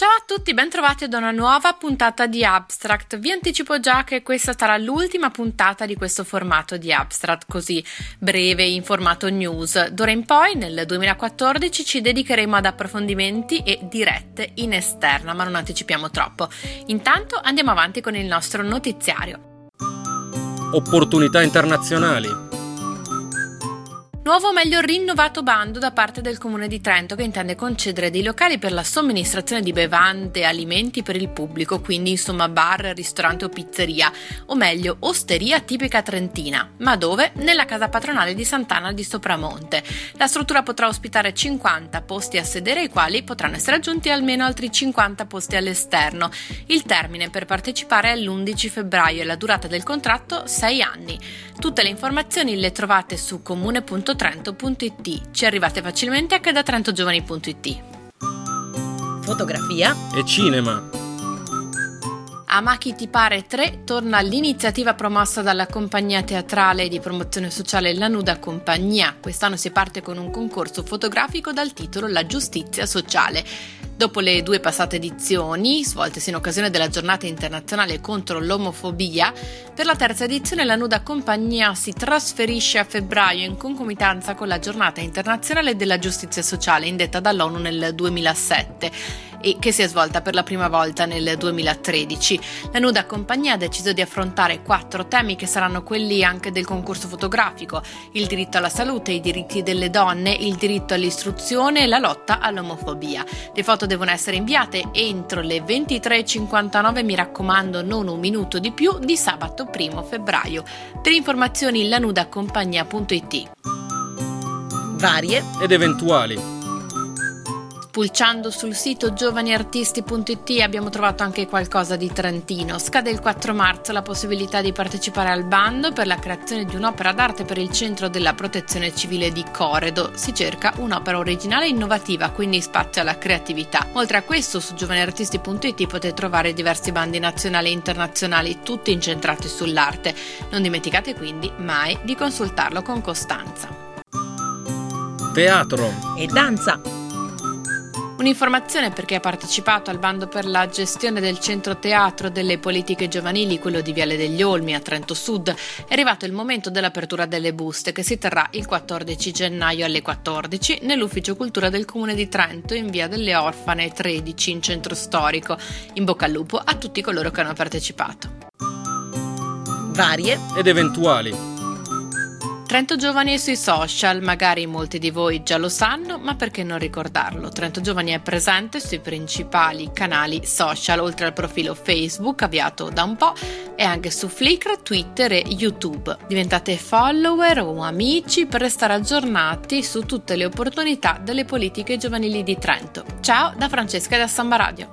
Ciao a tutti, bentrovati ad una nuova puntata di Abstract. Vi anticipo già che questa sarà l'ultima puntata di questo formato di Abstract, così breve in formato news. D'ora in poi, nel 2014, ci dedicheremo ad approfondimenti e dirette in esterna, ma non anticipiamo troppo. Intanto andiamo avanti con il nostro notiziario. Opportunità internazionali. Nuovo o meglio rinnovato bando da parte del Comune di Trento che intende concedere dei locali per la somministrazione di bevande e alimenti per il pubblico, quindi insomma bar, ristorante o pizzeria, o meglio osteria tipica trentina, ma dove? Nella casa patronale di Sant'Anna di Sopramonte. La struttura potrà ospitare 50 posti a sedere ai quali potranno essere aggiunti almeno altri 50 posti all'esterno. Il termine per partecipare è l'11 febbraio e la durata del contratto 6 anni. Tutte le informazioni le trovate su comune.trento.it. Ci arrivate facilmente anche da trentogiovani.it. Fotografia E cinema. A Ma chi ti pare 3 torna l'iniziativa promossa dalla compagnia teatrale di promozione sociale La Nuda Compagnia. Quest'anno si parte con un concorso fotografico dal titolo La giustizia sociale. Dopo le due passate edizioni, svoltesi in occasione della giornata internazionale contro l'omofobia, per la terza edizione la Nuda Compagnia si trasferisce a febbraio in concomitanza con la giornata internazionale della giustizia sociale indetta dall'ONU nel 2007 e che si è svolta per la prima volta nel 2013. La Nuda Compagnia ha deciso di affrontare quattro temi che saranno quelli anche del concorso fotografico, il diritto alla salute, i diritti delle donne, il diritto all'istruzione e la lotta all'omofobia. Le foto devono essere inviate entro le 23.59, mi raccomando non un minuto di più, di sabato 1 febbraio. Per informazioni lanudacompagnia.it. varie Ed eventuali. Pulciando sul sito giovaniartisti.it abbiamo trovato anche qualcosa di Trentino. Scade il 4 marzo la possibilità di partecipare al bando per la creazione di un'opera d'arte per il Centro della Protezione Civile di Coredo. Si cerca un'opera originale e innovativa, quindi spazio alla creatività. Oltre a questo, su giovaniartisti.it potete trovare diversi bandi nazionali e internazionali, tutti incentrati sull'arte. Non dimenticate quindi mai di consultarlo con costanza. Teatro. e danza. Un'informazione per chi ha partecipato al bando per la gestione del centro teatro delle politiche giovanili, quello di Viale degli Olmi a Trento Sud, è arrivato il momento dell'apertura delle buste che si terrà il 14 gennaio alle 14 nell'ufficio cultura del comune di Trento in via delle Orfane 13 in centro storico. In bocca al lupo a tutti coloro che hanno partecipato. Varie Ed eventuali. Trento Giovani è sui social, magari molti di voi già lo sanno, ma perché non ricordarlo? Trento Giovani è presente sui principali canali social, oltre al profilo Facebook avviato da un po', e anche su Flickr, Twitter e YouTube. Diventate follower o amici per restare aggiornati su tutte le opportunità delle politiche giovanili di Trento. Ciao da Francesca da Samba Radio.